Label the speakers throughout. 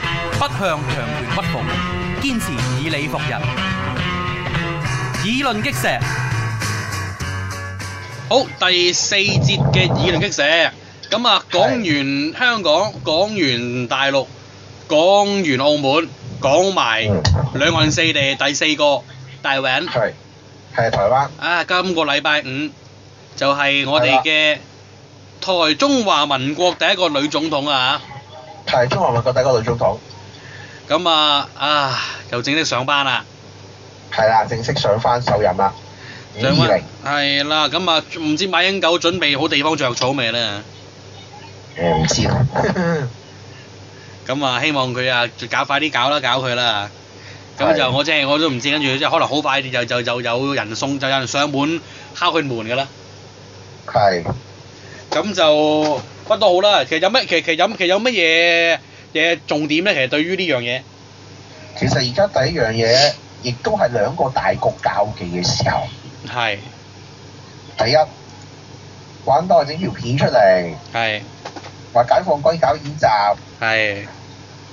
Speaker 1: 向強權屈服，堅持以理服人，以論擊石。
Speaker 2: 好，第四節嘅議論擊射，咁啊講完香港，講完大陸，講完澳門，講埋
Speaker 3: 嗯
Speaker 2: 兩岸四地第四個大泳。
Speaker 3: 係係台灣，
Speaker 2: 啊，今個禮拜五就係、我哋嘅台中華民國第一個女總統啊
Speaker 3: 係中華民國第一個女總統，
Speaker 2: 咁啊啊又正式上班啦，
Speaker 3: 係啦，正式上翻首任啦，五
Speaker 2: 上
Speaker 3: 二
Speaker 2: 班
Speaker 3: 零，
Speaker 2: 係啦，咁啊唔知馬英九準備好地方着草未咧？
Speaker 3: 誒唔知啦，
Speaker 2: 咁啊，希望佢啊搞快啲搞啦，搞佢啦。咁
Speaker 3: 係
Speaker 2: 就我即係我都唔知，跟住即係可能好快就就就有人送，就有人上門敲佢門㗎啦。
Speaker 3: 係
Speaker 2: 咁就不都好啦。其實有乜其其有其實有乜嘢嘢重點咧？其實對於呢樣嘢，
Speaker 3: 其實而家第一樣嘢，亦都係兩個大國交技嘅時候，
Speaker 2: 係
Speaker 3: 第一玩多整條片出嚟，
Speaker 2: 係
Speaker 3: 話解放軍搞演習。
Speaker 2: 係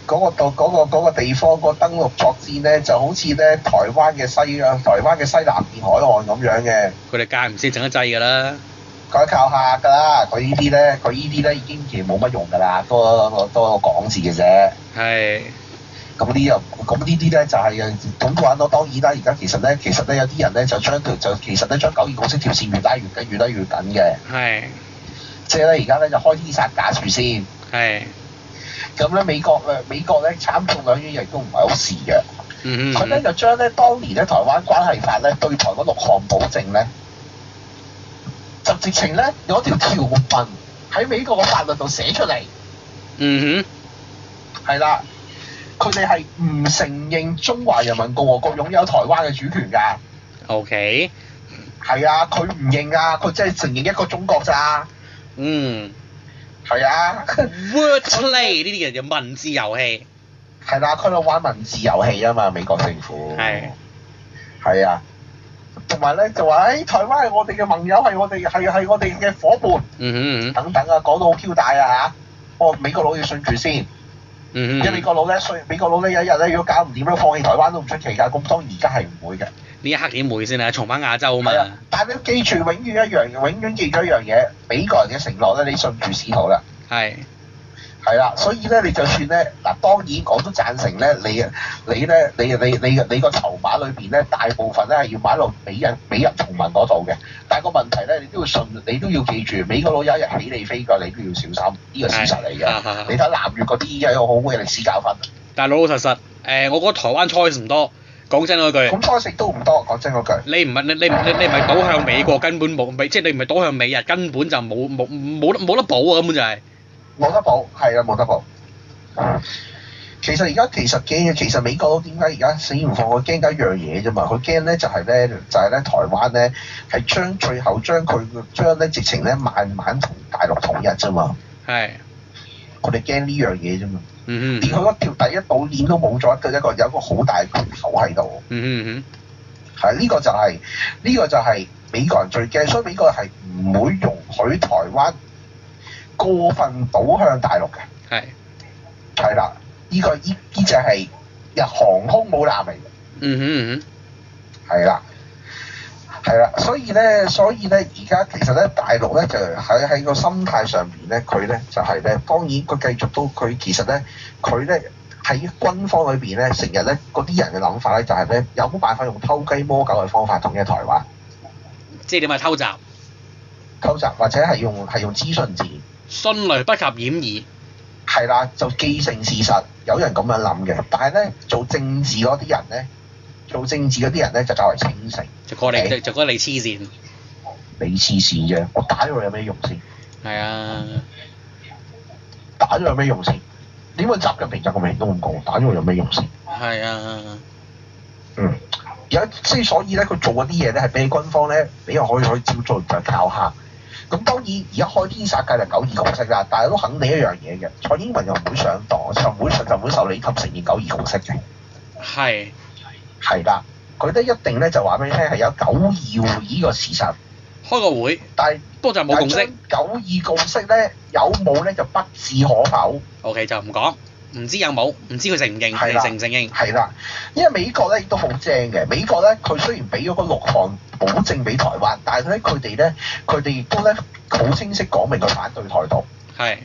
Speaker 3: 嗰個到嗰、個嗰個地方、個登陸作戰咧，就好似咧台灣嘅西啊，台灣嘅西南邊海岸咁樣嘅，
Speaker 2: 佢哋間唔時整一劑㗎啦。
Speaker 3: 佢靠下㗎啦。佢呢啲咧，佢呢啲咧已經其實冇乜用㗎啦，多個多個講字嘅啫。
Speaker 2: 係
Speaker 3: 咁呢又咁呢啲咧就係、咁玩咯。當然啦，而家其實咧，其實咧有啲人咧就將條就其實咧將九二共識條線越拉越緊，越拉越緊嘅。
Speaker 2: 係
Speaker 3: 即係咧而家咧就開天殺價住先。
Speaker 2: 係
Speaker 3: 咁咧美國咧美國咧慘痛兩樣嘢都唔係好事嘅。
Speaker 2: 嗯
Speaker 3: 佢咧
Speaker 2: 嗯
Speaker 3: 就將咧當年咧台灣關係法咧對台嗰六項保證咧，就直情咧有一條條文喺美國嘅法律度寫出嚟，
Speaker 2: 嗯
Speaker 3: 係啦，佢哋係唔承認中華人民共和國擁有台灣嘅主權㗎，
Speaker 2: 哼，OK，
Speaker 3: 係啊，佢唔認啊，佢真係承認一個中國咋，
Speaker 2: 嗯
Speaker 3: 係啊，
Speaker 2: ，word play 呢啲嘅就文字遊戲，
Speaker 3: 係啦，佢哋玩文字遊戲啊嘛，美國政府
Speaker 2: 係
Speaker 3: 係啊，同埋咧就話誒、哎台灣係我哋嘅盟友，係我哋係係我哋嘅伙伴。
Speaker 2: 嗯哼
Speaker 3: 等等啊，講到好 Q 大啊嚇！哦，美國佬要信住先，
Speaker 2: 嗯
Speaker 3: 因
Speaker 2: 哼
Speaker 3: 為。美國佬咧，信美國佬呢，有一日咧，如果搞唔掂咧，放棄台灣都唔出奇㗎。咁當然而家係唔會嘅，
Speaker 2: 呢一刻點會先啊？重返亞洲啊嘛，
Speaker 3: 係啊。但係你要記住，永遠一樣，永遠記住一樣嘢，美國人嘅承諾咧，你信住先好啦。
Speaker 2: 係
Speaker 3: 係啦，所以咧，你就算咧，嗱，當然我都贊成咧，你你咧，你你你你個籌碼裏邊咧，大部分咧係要買落美人美人同盟嗰度嘅，但係個問題咧，你都要信，你都要記住，美國佬有一日起你飛腳，你都要小心，呢個事實嚟嘅。你
Speaker 2: 嘅。
Speaker 3: 睇南越嗰啲有好好嘅歷史教訓，
Speaker 2: 但係老老實實，誒、我覺得台灣 choice 唔多。講真嗰句，
Speaker 3: 咁初食都唔多，講真嗰句，
Speaker 2: 你唔係你你唔你你唔係倒向美國，根本冇美，即係你唔係倒向美日，根本就冇冇冇得冇得補啊！根本就係、
Speaker 3: 冇得補，係啊啦，冇得補。其實而家其實驚，其實美國佬點解而家死唔放？佢驚緊一樣嘢啫嘛，佢驚咧就係咧就係咧台灣咧係將最後將佢將咧直情咧慢慢同大陸統一啫嘛，
Speaker 2: 係，
Speaker 3: 佢哋驚呢樣嘢啫嘛，
Speaker 2: 嗯
Speaker 3: 連
Speaker 2: 哼，
Speaker 3: 佢嗰條第一島鏈都冇咗一個一個有一個好大嘅缺口喺度。
Speaker 2: 嗯
Speaker 3: 係呢個就係、呢、個就係美國人最驚，所以美國人係唔會容許台灣過分倒向大陸嘅。
Speaker 2: 嗯哼，係，
Speaker 3: 係啦，呢、個呢呢就係日航空母艦嚟嘅，
Speaker 2: 嗯哼嗯
Speaker 3: 係啦。係啦，所以咧，所以咧，而家其實咧，大陸咧就喺喺個心態上邊咧，佢咧就係、咧，當然佢繼續都佢其實咧，佢咧喺軍方裏邊咧，成日咧嗰啲人嘅諗法咧就係、咧，有冇辦法用偷雞摸狗嘅方法統一台灣？
Speaker 2: 哼，即係點啊？偷襲，
Speaker 3: 偷襲或者係用係用資訊戰，
Speaker 2: 迅雷不及掩耳，
Speaker 3: 係啦，就既成事實。有人咁樣諗嘅，但係咧做政治嗰啲人咧，做政治嗰啲人咧就較為清醒。
Speaker 2: 就過你
Speaker 3: 係
Speaker 2: 就就覺得你黐線，
Speaker 3: 你黐線啫，我打咗你有咩用先？
Speaker 2: 係啊，
Speaker 3: 打咗有咩用先？點解習近平、習近平都咁講？打咗我有咩用先？
Speaker 2: 係啊，
Speaker 3: 嗯，而家即係所以咧，佢做嗰啲嘢咧係俾軍方咧，俾人可以可以照做就靠下。咁當然而家開天殺價就九二共識啦，但係都肯定一樣嘢嘅，蔡英文又唔會上當，就唔會上就唔會受李級承認九二共識嘅。
Speaker 2: 係，
Speaker 3: 係啦，佢都一定咧就話俾你聽係有九二會議個事實，
Speaker 2: 開個會，
Speaker 3: 但係
Speaker 2: 不過就冇共識
Speaker 3: 但係將九二共識咧有冇咧就不置可否，
Speaker 2: ，OK 就唔講，唔知有冇，唔知佢承唔認，
Speaker 3: 係啦
Speaker 2: 承唔承認。
Speaker 3: 係啦，因為美國咧亦都好正嘅，美國咧佢雖然俾咗個六項保證俾台灣，但係咧佢哋咧佢哋亦都咧好清晰講明佢反對台獨，
Speaker 2: 係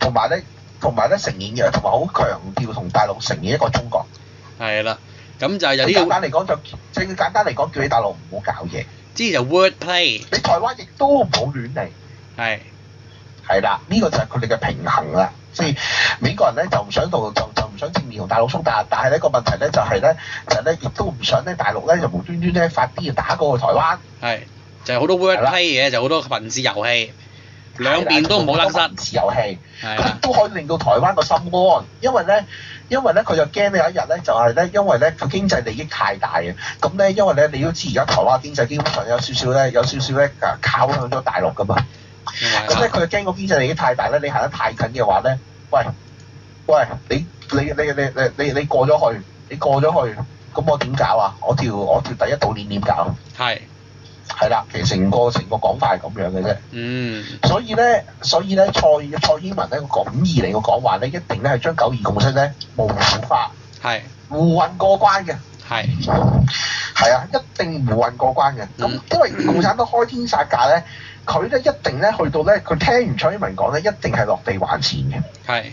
Speaker 3: 同埋咧同埋咧承認嘅，同埋好強調同大陸承認一個中國。
Speaker 2: 係啦，咁就有
Speaker 3: 最
Speaker 2: 呢
Speaker 3: 簡
Speaker 2: 個
Speaker 3: 單嚟講就最簡單嚟講叫你大陸唔好搞嘢，
Speaker 2: 之前就 word play
Speaker 3: 你台灣亦都唔好亂嚟。
Speaker 2: 係
Speaker 3: 係啦，呢、個就係佢哋嘅平衡啦。所以美國人咧就唔想同就就唔想正面同大陸衝突，但係呢個問題咧就係、咧就係咧亦都唔想咧大陸咧就無端端咧發啲嘢打過去台灣，
Speaker 2: 係就係好多 word
Speaker 3: 係啦
Speaker 2: play 嘅，就好多文字遊戲，兩邊都唔好得失。
Speaker 3: 自由氣，
Speaker 2: 係啊啦
Speaker 3: 佢，都可以令到台灣個心安，因為咧因為咧佢就驚咧有一日咧就係、咧因為咧佢經濟利益太大嘅，咁咧因為咧你都知而家台灣經濟基本上有少少咧有少少咧靠向咗大陸噶嘛。咁
Speaker 2: 係
Speaker 3: 咧佢驚個經濟利益太大咧，你行得太近嘅話咧，喂喂，你你你你你你你過咗去，你過咗去，咁我點搞啊？我條我條第一島鏈點搞？
Speaker 2: 係
Speaker 3: 係啦，其實成個成個講法係咁樣嘅啫。
Speaker 2: 嗯
Speaker 3: 所以咧，所以咧，蔡蔡英文咧個講義嚟個講話咧，一定咧係將九二共識咧模糊化，
Speaker 2: 係
Speaker 3: 胡混過關嘅。
Speaker 2: 係
Speaker 3: 係啊，一定胡混過關嘅。咁
Speaker 2: 嗯
Speaker 3: 因為共產黨開天殺價咧，佢咧一定咧去到咧，佢聽完蔡英文講咧，一定係落地還錢嘅。
Speaker 2: 係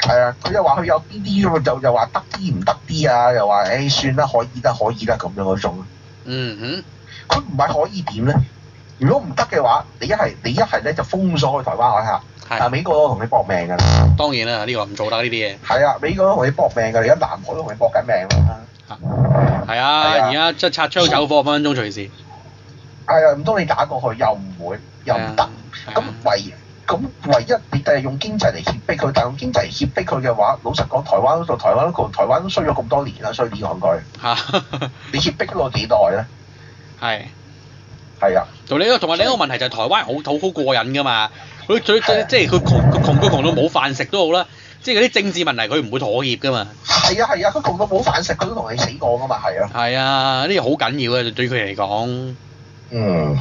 Speaker 3: 係啊，佢又話佢有邊啲，又又話得啲唔得啲啊，又話誒、唉算啦，可以啦，可以啦咁樣嗰種。
Speaker 2: 嗯哼
Speaker 3: 佢唔係可以點咧？如果唔得嘅話，你一係你一係咧就封鎖去台灣海峽，但
Speaker 2: 係
Speaker 3: 啊美國都同你搏命㗎啦。
Speaker 2: 當然啦，呢個唔做得呢啲嘢。
Speaker 3: 係啊，美國都同你搏命㗎，而家南海都同你搏緊命啦。
Speaker 2: 係啊，
Speaker 3: 係啊
Speaker 2: 而家即係擦槍走火，分分鐘隨時。
Speaker 3: 係啊，唔通你打過去又唔會，又唔得。
Speaker 2: 係啊
Speaker 3: 咁唯咁唯一你就係用經濟嚟脅迫佢，但係用經濟嚟脅迫佢嘅話，老實講，台灣嗰度台灣嗰度台灣都衰咗咁多年啦，衰啲講句，
Speaker 2: 嚇
Speaker 3: 你脅迫咗我幾耐咧？
Speaker 2: 係。
Speaker 3: 係啊，
Speaker 2: 同你一個同埋另一個問題就係台灣好好好過癮㗎嘛，佢最
Speaker 3: 係啊
Speaker 2: 即係佢窮佢窮佢窮到冇飯食都好啦，即係嗰啲政治問題佢唔會妥協㗎嘛。
Speaker 3: 係啊，係啊，佢窮到冇飯食，佢都同你死過噶嘛，係啊，
Speaker 2: 係啊，呢啲好緊要嘅對佢嚟講，
Speaker 3: 嗯，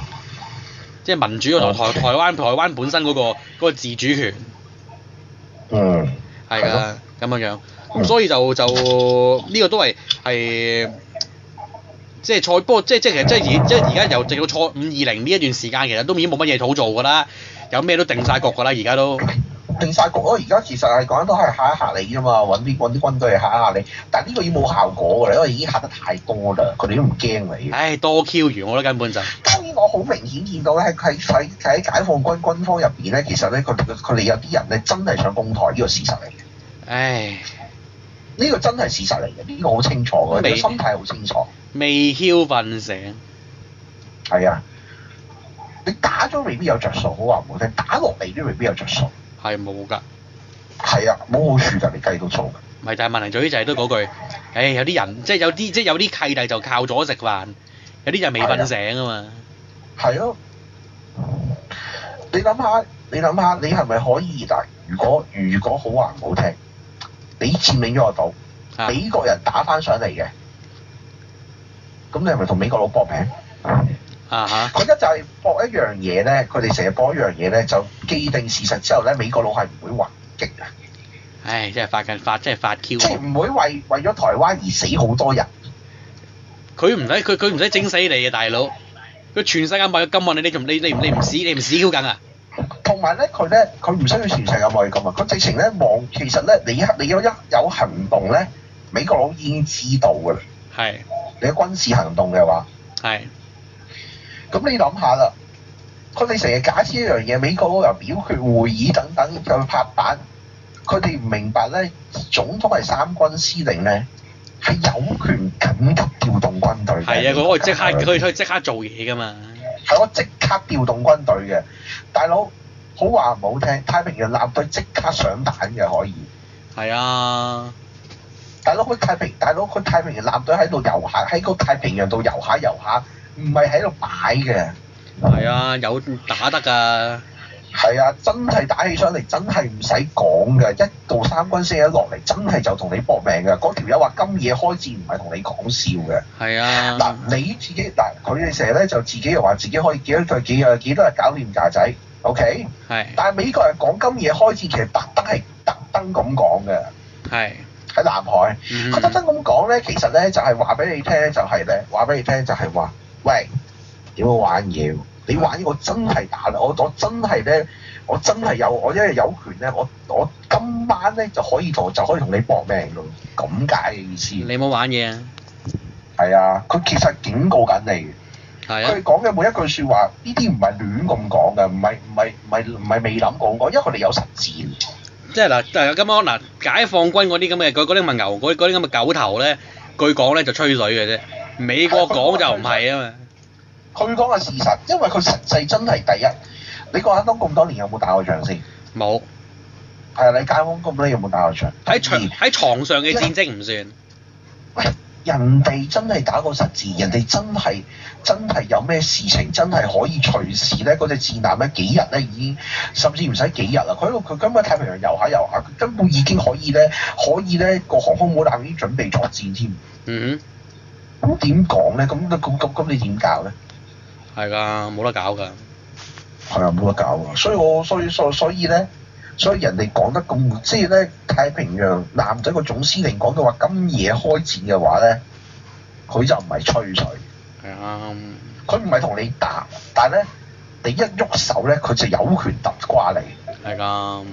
Speaker 2: 即係民主同
Speaker 3: 哦
Speaker 2: 台台灣台灣本身嗰個嗰個自主權
Speaker 3: 嗯，
Speaker 2: 係
Speaker 3: 係
Speaker 2: 㗎
Speaker 3: 咯
Speaker 2: 咁樣樣，咁
Speaker 3: 嗯
Speaker 2: 所以就就呢個都係係。即係賽波，即係即係其實即係而即係而家由直到賽五二零呢一段時間，其實都已經冇乜嘢好做㗎啦，有咩都定晒局㗎啦，而家都
Speaker 3: 定晒局咯。而家其實係講緊都係嚇一嚇你啫嘛，揾啲揾啲軍隊嚟嚇一嚇你，但係呢個已經冇效果㗎啦，因為已經嚇得太多啦，佢哋都唔驚你。
Speaker 2: 唉，多 Q 完我都根本就
Speaker 3: 當然我好明顯見到咧，喺喺喺喺解放軍軍方入邊咧，其實咧佢哋佢哋有啲人咧真係想攻台，呢個事實嚟嘅，
Speaker 2: 唉
Speaker 3: 呢個真係事實嚟嘅，呢個好清楚嘅，
Speaker 2: 未
Speaker 3: 個心態好清楚，
Speaker 2: 未囂瞓醒，
Speaker 3: 係啊。你打咗未必有着數，好話唔好聽，打落嚟都未必有着數，
Speaker 2: 係冇㗎。
Speaker 3: 係啊，冇好處㗎，你計到數㗎。
Speaker 2: 唔係，但係問題最就係都嗰句，唉，有啲人即係有啲即係有啲契弟就靠咗食飯，有啲就未瞓醒啊嘛。
Speaker 3: 係咯，你諗下，你諗下，你係咪可以嗱？如果如果好話唔好聽，你佔領咗個島，
Speaker 2: 嚇
Speaker 3: 美國人打翻上嚟嘅，咁你係咪同美國佬搏命？
Speaker 2: 啊嚇，
Speaker 3: 佢而家就係搏一樣嘢咧，佢哋成日搏一樣嘢咧，就既定事實之後咧，美國佬係唔會還擊嘅，
Speaker 2: 唉，真係發緊發，真係發 Q
Speaker 3: 即。係唔會為為咗台灣而死好多人。
Speaker 2: 佢唔使佢佢唔使整死你嘅大佬，佢全世界買金運你，你仲你你你唔死你唔死 Q 緊啊？
Speaker 3: 同埋咧，佢咧佢唔需要全世界貿易咁啊！佢直情咧望，其實咧你一你有一有行動咧，美國佬已經知道㗎啦。
Speaker 2: 係
Speaker 3: 你有軍事行動嘅話，
Speaker 2: 係
Speaker 3: 咁你諗下啦，佢哋成日假設一樣嘢，美國嗰個表決會議等等又去拍板，佢哋唔明白咧，總統係三軍司令咧，係有權緊急調動軍隊嘅。
Speaker 2: 係啊！佢可以即刻佢可以即刻做嘢㗎嘛。
Speaker 3: 係我即刻調動軍隊嘅，大佬好話唔好聽，太平洋艦隊即刻上彈嘅可以。
Speaker 2: 係啊，
Speaker 3: 大佬佢太平，大佬佢太平洋艦隊喺度遊下，喺個太平洋度遊下遊下，唔係喺度擺嘅。
Speaker 2: 係啊，有打得㗎。
Speaker 3: 係啊，真係打起上嚟，真係唔使講嘅。一到三軍先一落嚟，真係就同你搏命嘅。嗰條友話今夜開戰唔係同你講笑嘅。
Speaker 2: 係啊。
Speaker 3: 嗱、你自己嗱，佢哋成日咧就自己又話自己可以幾多幾多幾多日搞掂架仔，OK？
Speaker 2: 係
Speaker 3: 但係美國人講今夜開戰，其實特登係特登咁講嘅
Speaker 2: 係
Speaker 3: 喺南海，
Speaker 2: 嗯
Speaker 3: 佢特登咁講咧，其實咧就係話俾你聽咧，就係咧話俾你聽就係話，喂點樣玩嘢？你玩嘢我真係打啦，我我真係咧，我真係有我因為有權咧，我我今晚咧就可以同就可以同你搏命咯，咁解嘅意思。
Speaker 2: 你冇玩嘢啊？
Speaker 3: 係啊，佢其實警告緊你嘅。
Speaker 2: 係啊
Speaker 3: 佢，講嘅每一句説話，呢啲唔係亂咁講嘅，唔係唔係唔係唔係未諗過咁講，因為佢哋有實戰。
Speaker 2: 即係嗱，嗱咁樣嗱，解放軍嗰啲咁嘅嗰嗰啲咁嘅牛嗰啲嗰啲咁嘅狗頭咧，據講咧就吹水嘅啫，美國講就唔係啊嘛。
Speaker 3: 佢講嘅事實，因為佢實際真係第一。你共產黨咁多年有冇打過仗先？
Speaker 2: 冇
Speaker 3: 係啊，你解放咁多年有冇打過仗？
Speaker 2: 喺場
Speaker 3: 第二
Speaker 2: 喺床上嘅戰績唔算，
Speaker 3: 人哋真係打過實戰，人哋真係真係有咩事情，真係可以隨時咧嗰隻戰艦咧幾日咧已經，甚至唔使幾日啦。佢喺度佢根本喺太平洋遊下遊下，佢根本已經可以咧，可以咧個航空母艦已經準備作戰添。
Speaker 2: 嗯
Speaker 3: 咁點講咧？咁咁咁咁你點搞咧？
Speaker 2: 哼，係㗎，冇得搞㗎。
Speaker 3: 係啊，冇得搞啊！所以我所以所所以咧，所以人哋講得咁，即係咧太平洋艦隊個總司令講到話今夜開戰嘅話咧，佢就唔係吹水，
Speaker 2: 係啊，
Speaker 3: 佢唔係同你打，但係咧你一喐手咧，佢就有權揼瓜你。
Speaker 2: 係㗎，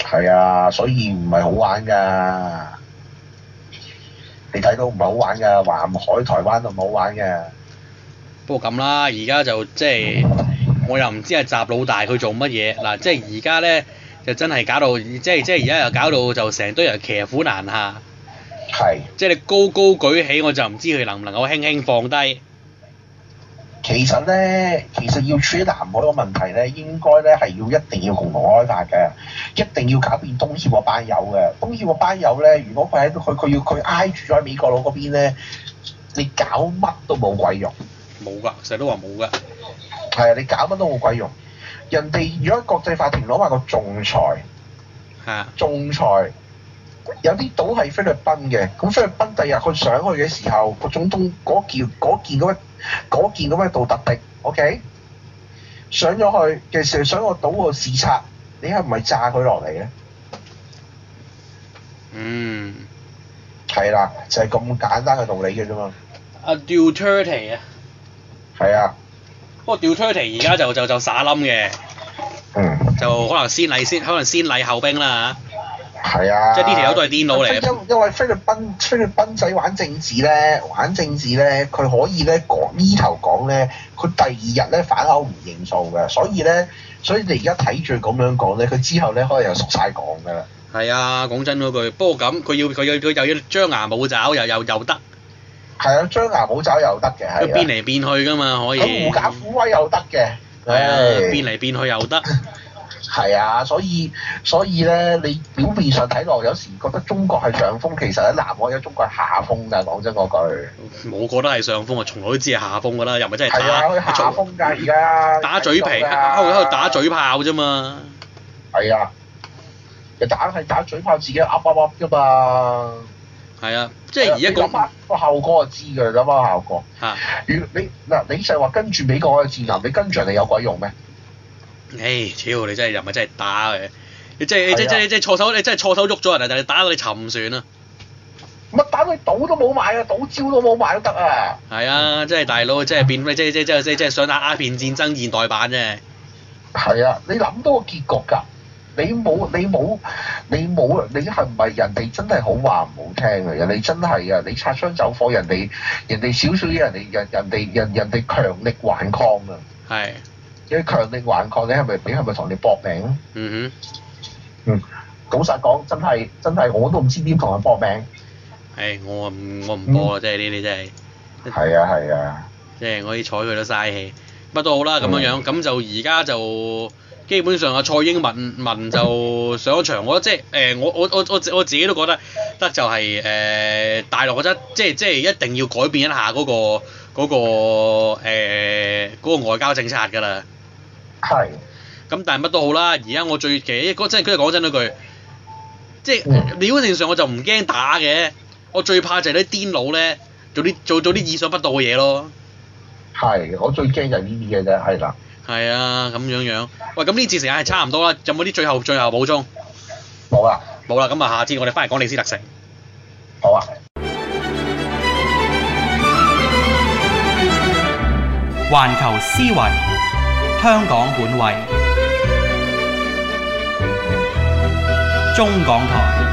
Speaker 3: 係啊，所以唔係好玩㗎。你睇到唔係好玩㗎，環海台灣都唔好玩㗎。
Speaker 2: 不過咁啦，而家就即係我又唔知係習老大佢做乜嘢嗱，即係而家咧就真係搞到即係即係而家又搞到就成堆人騎虎難下，
Speaker 3: 係，
Speaker 2: 即係你高高舉起我就唔知佢能唔能夠輕輕放低。
Speaker 3: 其實咧，其實要處理南海個問題咧，應該咧係要一定要共同開發嘅，一定要搞掂東協個班友嘅。東協個班友咧，如果佢喺佢佢要佢挨住咗喺美國佬嗰邊咧，你搞乜都冇鬼用。
Speaker 2: 冇㗎，成日都話冇㗎。
Speaker 3: 係啊，你搞乜都冇鬼用。人哋如果國際法庭攞埋個仲裁，
Speaker 2: 嚇，
Speaker 3: 仲裁有啲島係菲律賓嘅，咁菲律賓第日佢上去嘅時候，個總統嗰件嗰件嗰嗰件咁嘅杜特迪，OK，上咗去嘅時候上個島度視察，你係唔係炸佢落嚟咧？
Speaker 2: 嗯，
Speaker 3: 係啦，就係、咁簡單嘅道理嘅啫嘛。
Speaker 2: 阿 Duterte 啊，
Speaker 3: 係啊，
Speaker 2: 不過 Duterte 而家就就就耍冧嘅，
Speaker 3: 嗯，
Speaker 2: 就可能先禮先，可能先禮後兵啦
Speaker 3: 係啊。
Speaker 2: 即係呢條友都係癲佬嚟嘅
Speaker 3: 因因為菲律賓菲律賓仔玩政治咧，玩政治咧，佢可以咧講呢頭講咧，佢第二日咧反口唔認數嘅，所以咧，所以你而家睇住佢咁樣講咧，佢之後咧可能又熟晒講㗎啦。
Speaker 2: 嚇。係啊，講真嗰句，不過咁佢要佢要佢又要張牙舞爪，又又又得，
Speaker 3: 係啊，張牙舞爪又得嘅，
Speaker 2: 佢變
Speaker 3: 係啊，
Speaker 2: 嚟變去㗎嘛，可以。
Speaker 3: 咁狐假虎威又得嘅，
Speaker 2: 係啊，變
Speaker 3: 唉，
Speaker 2: 嚟變去又得，
Speaker 3: 係啊，所以所以咧，你表面上睇落有時覺得中國係上風，其實喺南海有中國係下風㗎，講真嗰句。
Speaker 2: 我覺得係上風啊，我從來都知係下風㗎啦，又唔係真係
Speaker 3: 係啊，佢
Speaker 2: 打，
Speaker 3: 下
Speaker 2: 從
Speaker 3: 風㗎啊而家。
Speaker 2: 打嘴皮，啊
Speaker 3: 睇到㗎
Speaker 2: 喺度喺度打嘴炮啫嘛。
Speaker 3: 係啊，就打係打嘴炮，自己噏噏噏啫嘛。
Speaker 2: 係啊，即係而家
Speaker 3: 你諗
Speaker 2: 講
Speaker 3: 下個效果就知㗎，諗下效果。
Speaker 2: 嚇，
Speaker 3: 如你嗱，你就係話跟住美國嘅戰艦，你跟住人哋有鬼用咩？
Speaker 2: 唉，超你真係又唔係真係打嘅，你真係你真
Speaker 3: 係啊
Speaker 2: 真真錯手，你真係錯手喐咗人啊，但係打到你沉船啊！
Speaker 3: 乜打佢賭都冇買啊，賭招都冇買都得啊！
Speaker 2: 係啊，即係大佬，即係變咩？即係即係即係即係即係想打鴉片戰爭現代版啫。
Speaker 3: 係啊，你諗到個結局㗎，你冇你冇你冇，你係唔係人哋真係好話唔好聽嘅？人哋真係啊，你擦槍走火，人哋人哋少少嘢，人哋人人哋人人哋強力頑抗啊！
Speaker 2: 係，
Speaker 3: 你強力頑抗，你係咪你係咪同你搏命啊？
Speaker 2: 嗯
Speaker 3: 老實講，真係真係我都唔知點同人搏命。
Speaker 2: 哼，係我啊唔我唔播啦，即係呢啲真係，
Speaker 3: 係啊係啊，
Speaker 2: 即係我啲睬佢都嘥氣。乜都好啦，咁樣樣，咁就而家就基本上啊，蔡英文文就上咗場，我覺得即係誒，我我我我我自己都覺得得就係、誒、大陸，我覺得即係即係一定要改變一下嗰、個嗰、個誒嗰、個外交政策㗎啦。
Speaker 3: 係
Speaker 2: 咁但係乜都好啦，而家我最忌，嗰真係講真嗰句，即係
Speaker 3: 嗯
Speaker 2: 理論上我就唔驚打嘅，我最怕就係啲癲佬咧做啲做做啲意想不到嘅嘢咯。
Speaker 3: 係，我最驚就係呢啲嘅啫，係啦。
Speaker 2: 係啊，咁樣樣。喂，咁呢節時間係差唔多啦，有冇啲最後最後補充？
Speaker 3: 冇啦，
Speaker 2: 冇啦，咁啊，下次我哋翻嚟講李斯特城。
Speaker 3: 好啊。
Speaker 1: 環球思維，香港本位，中港台。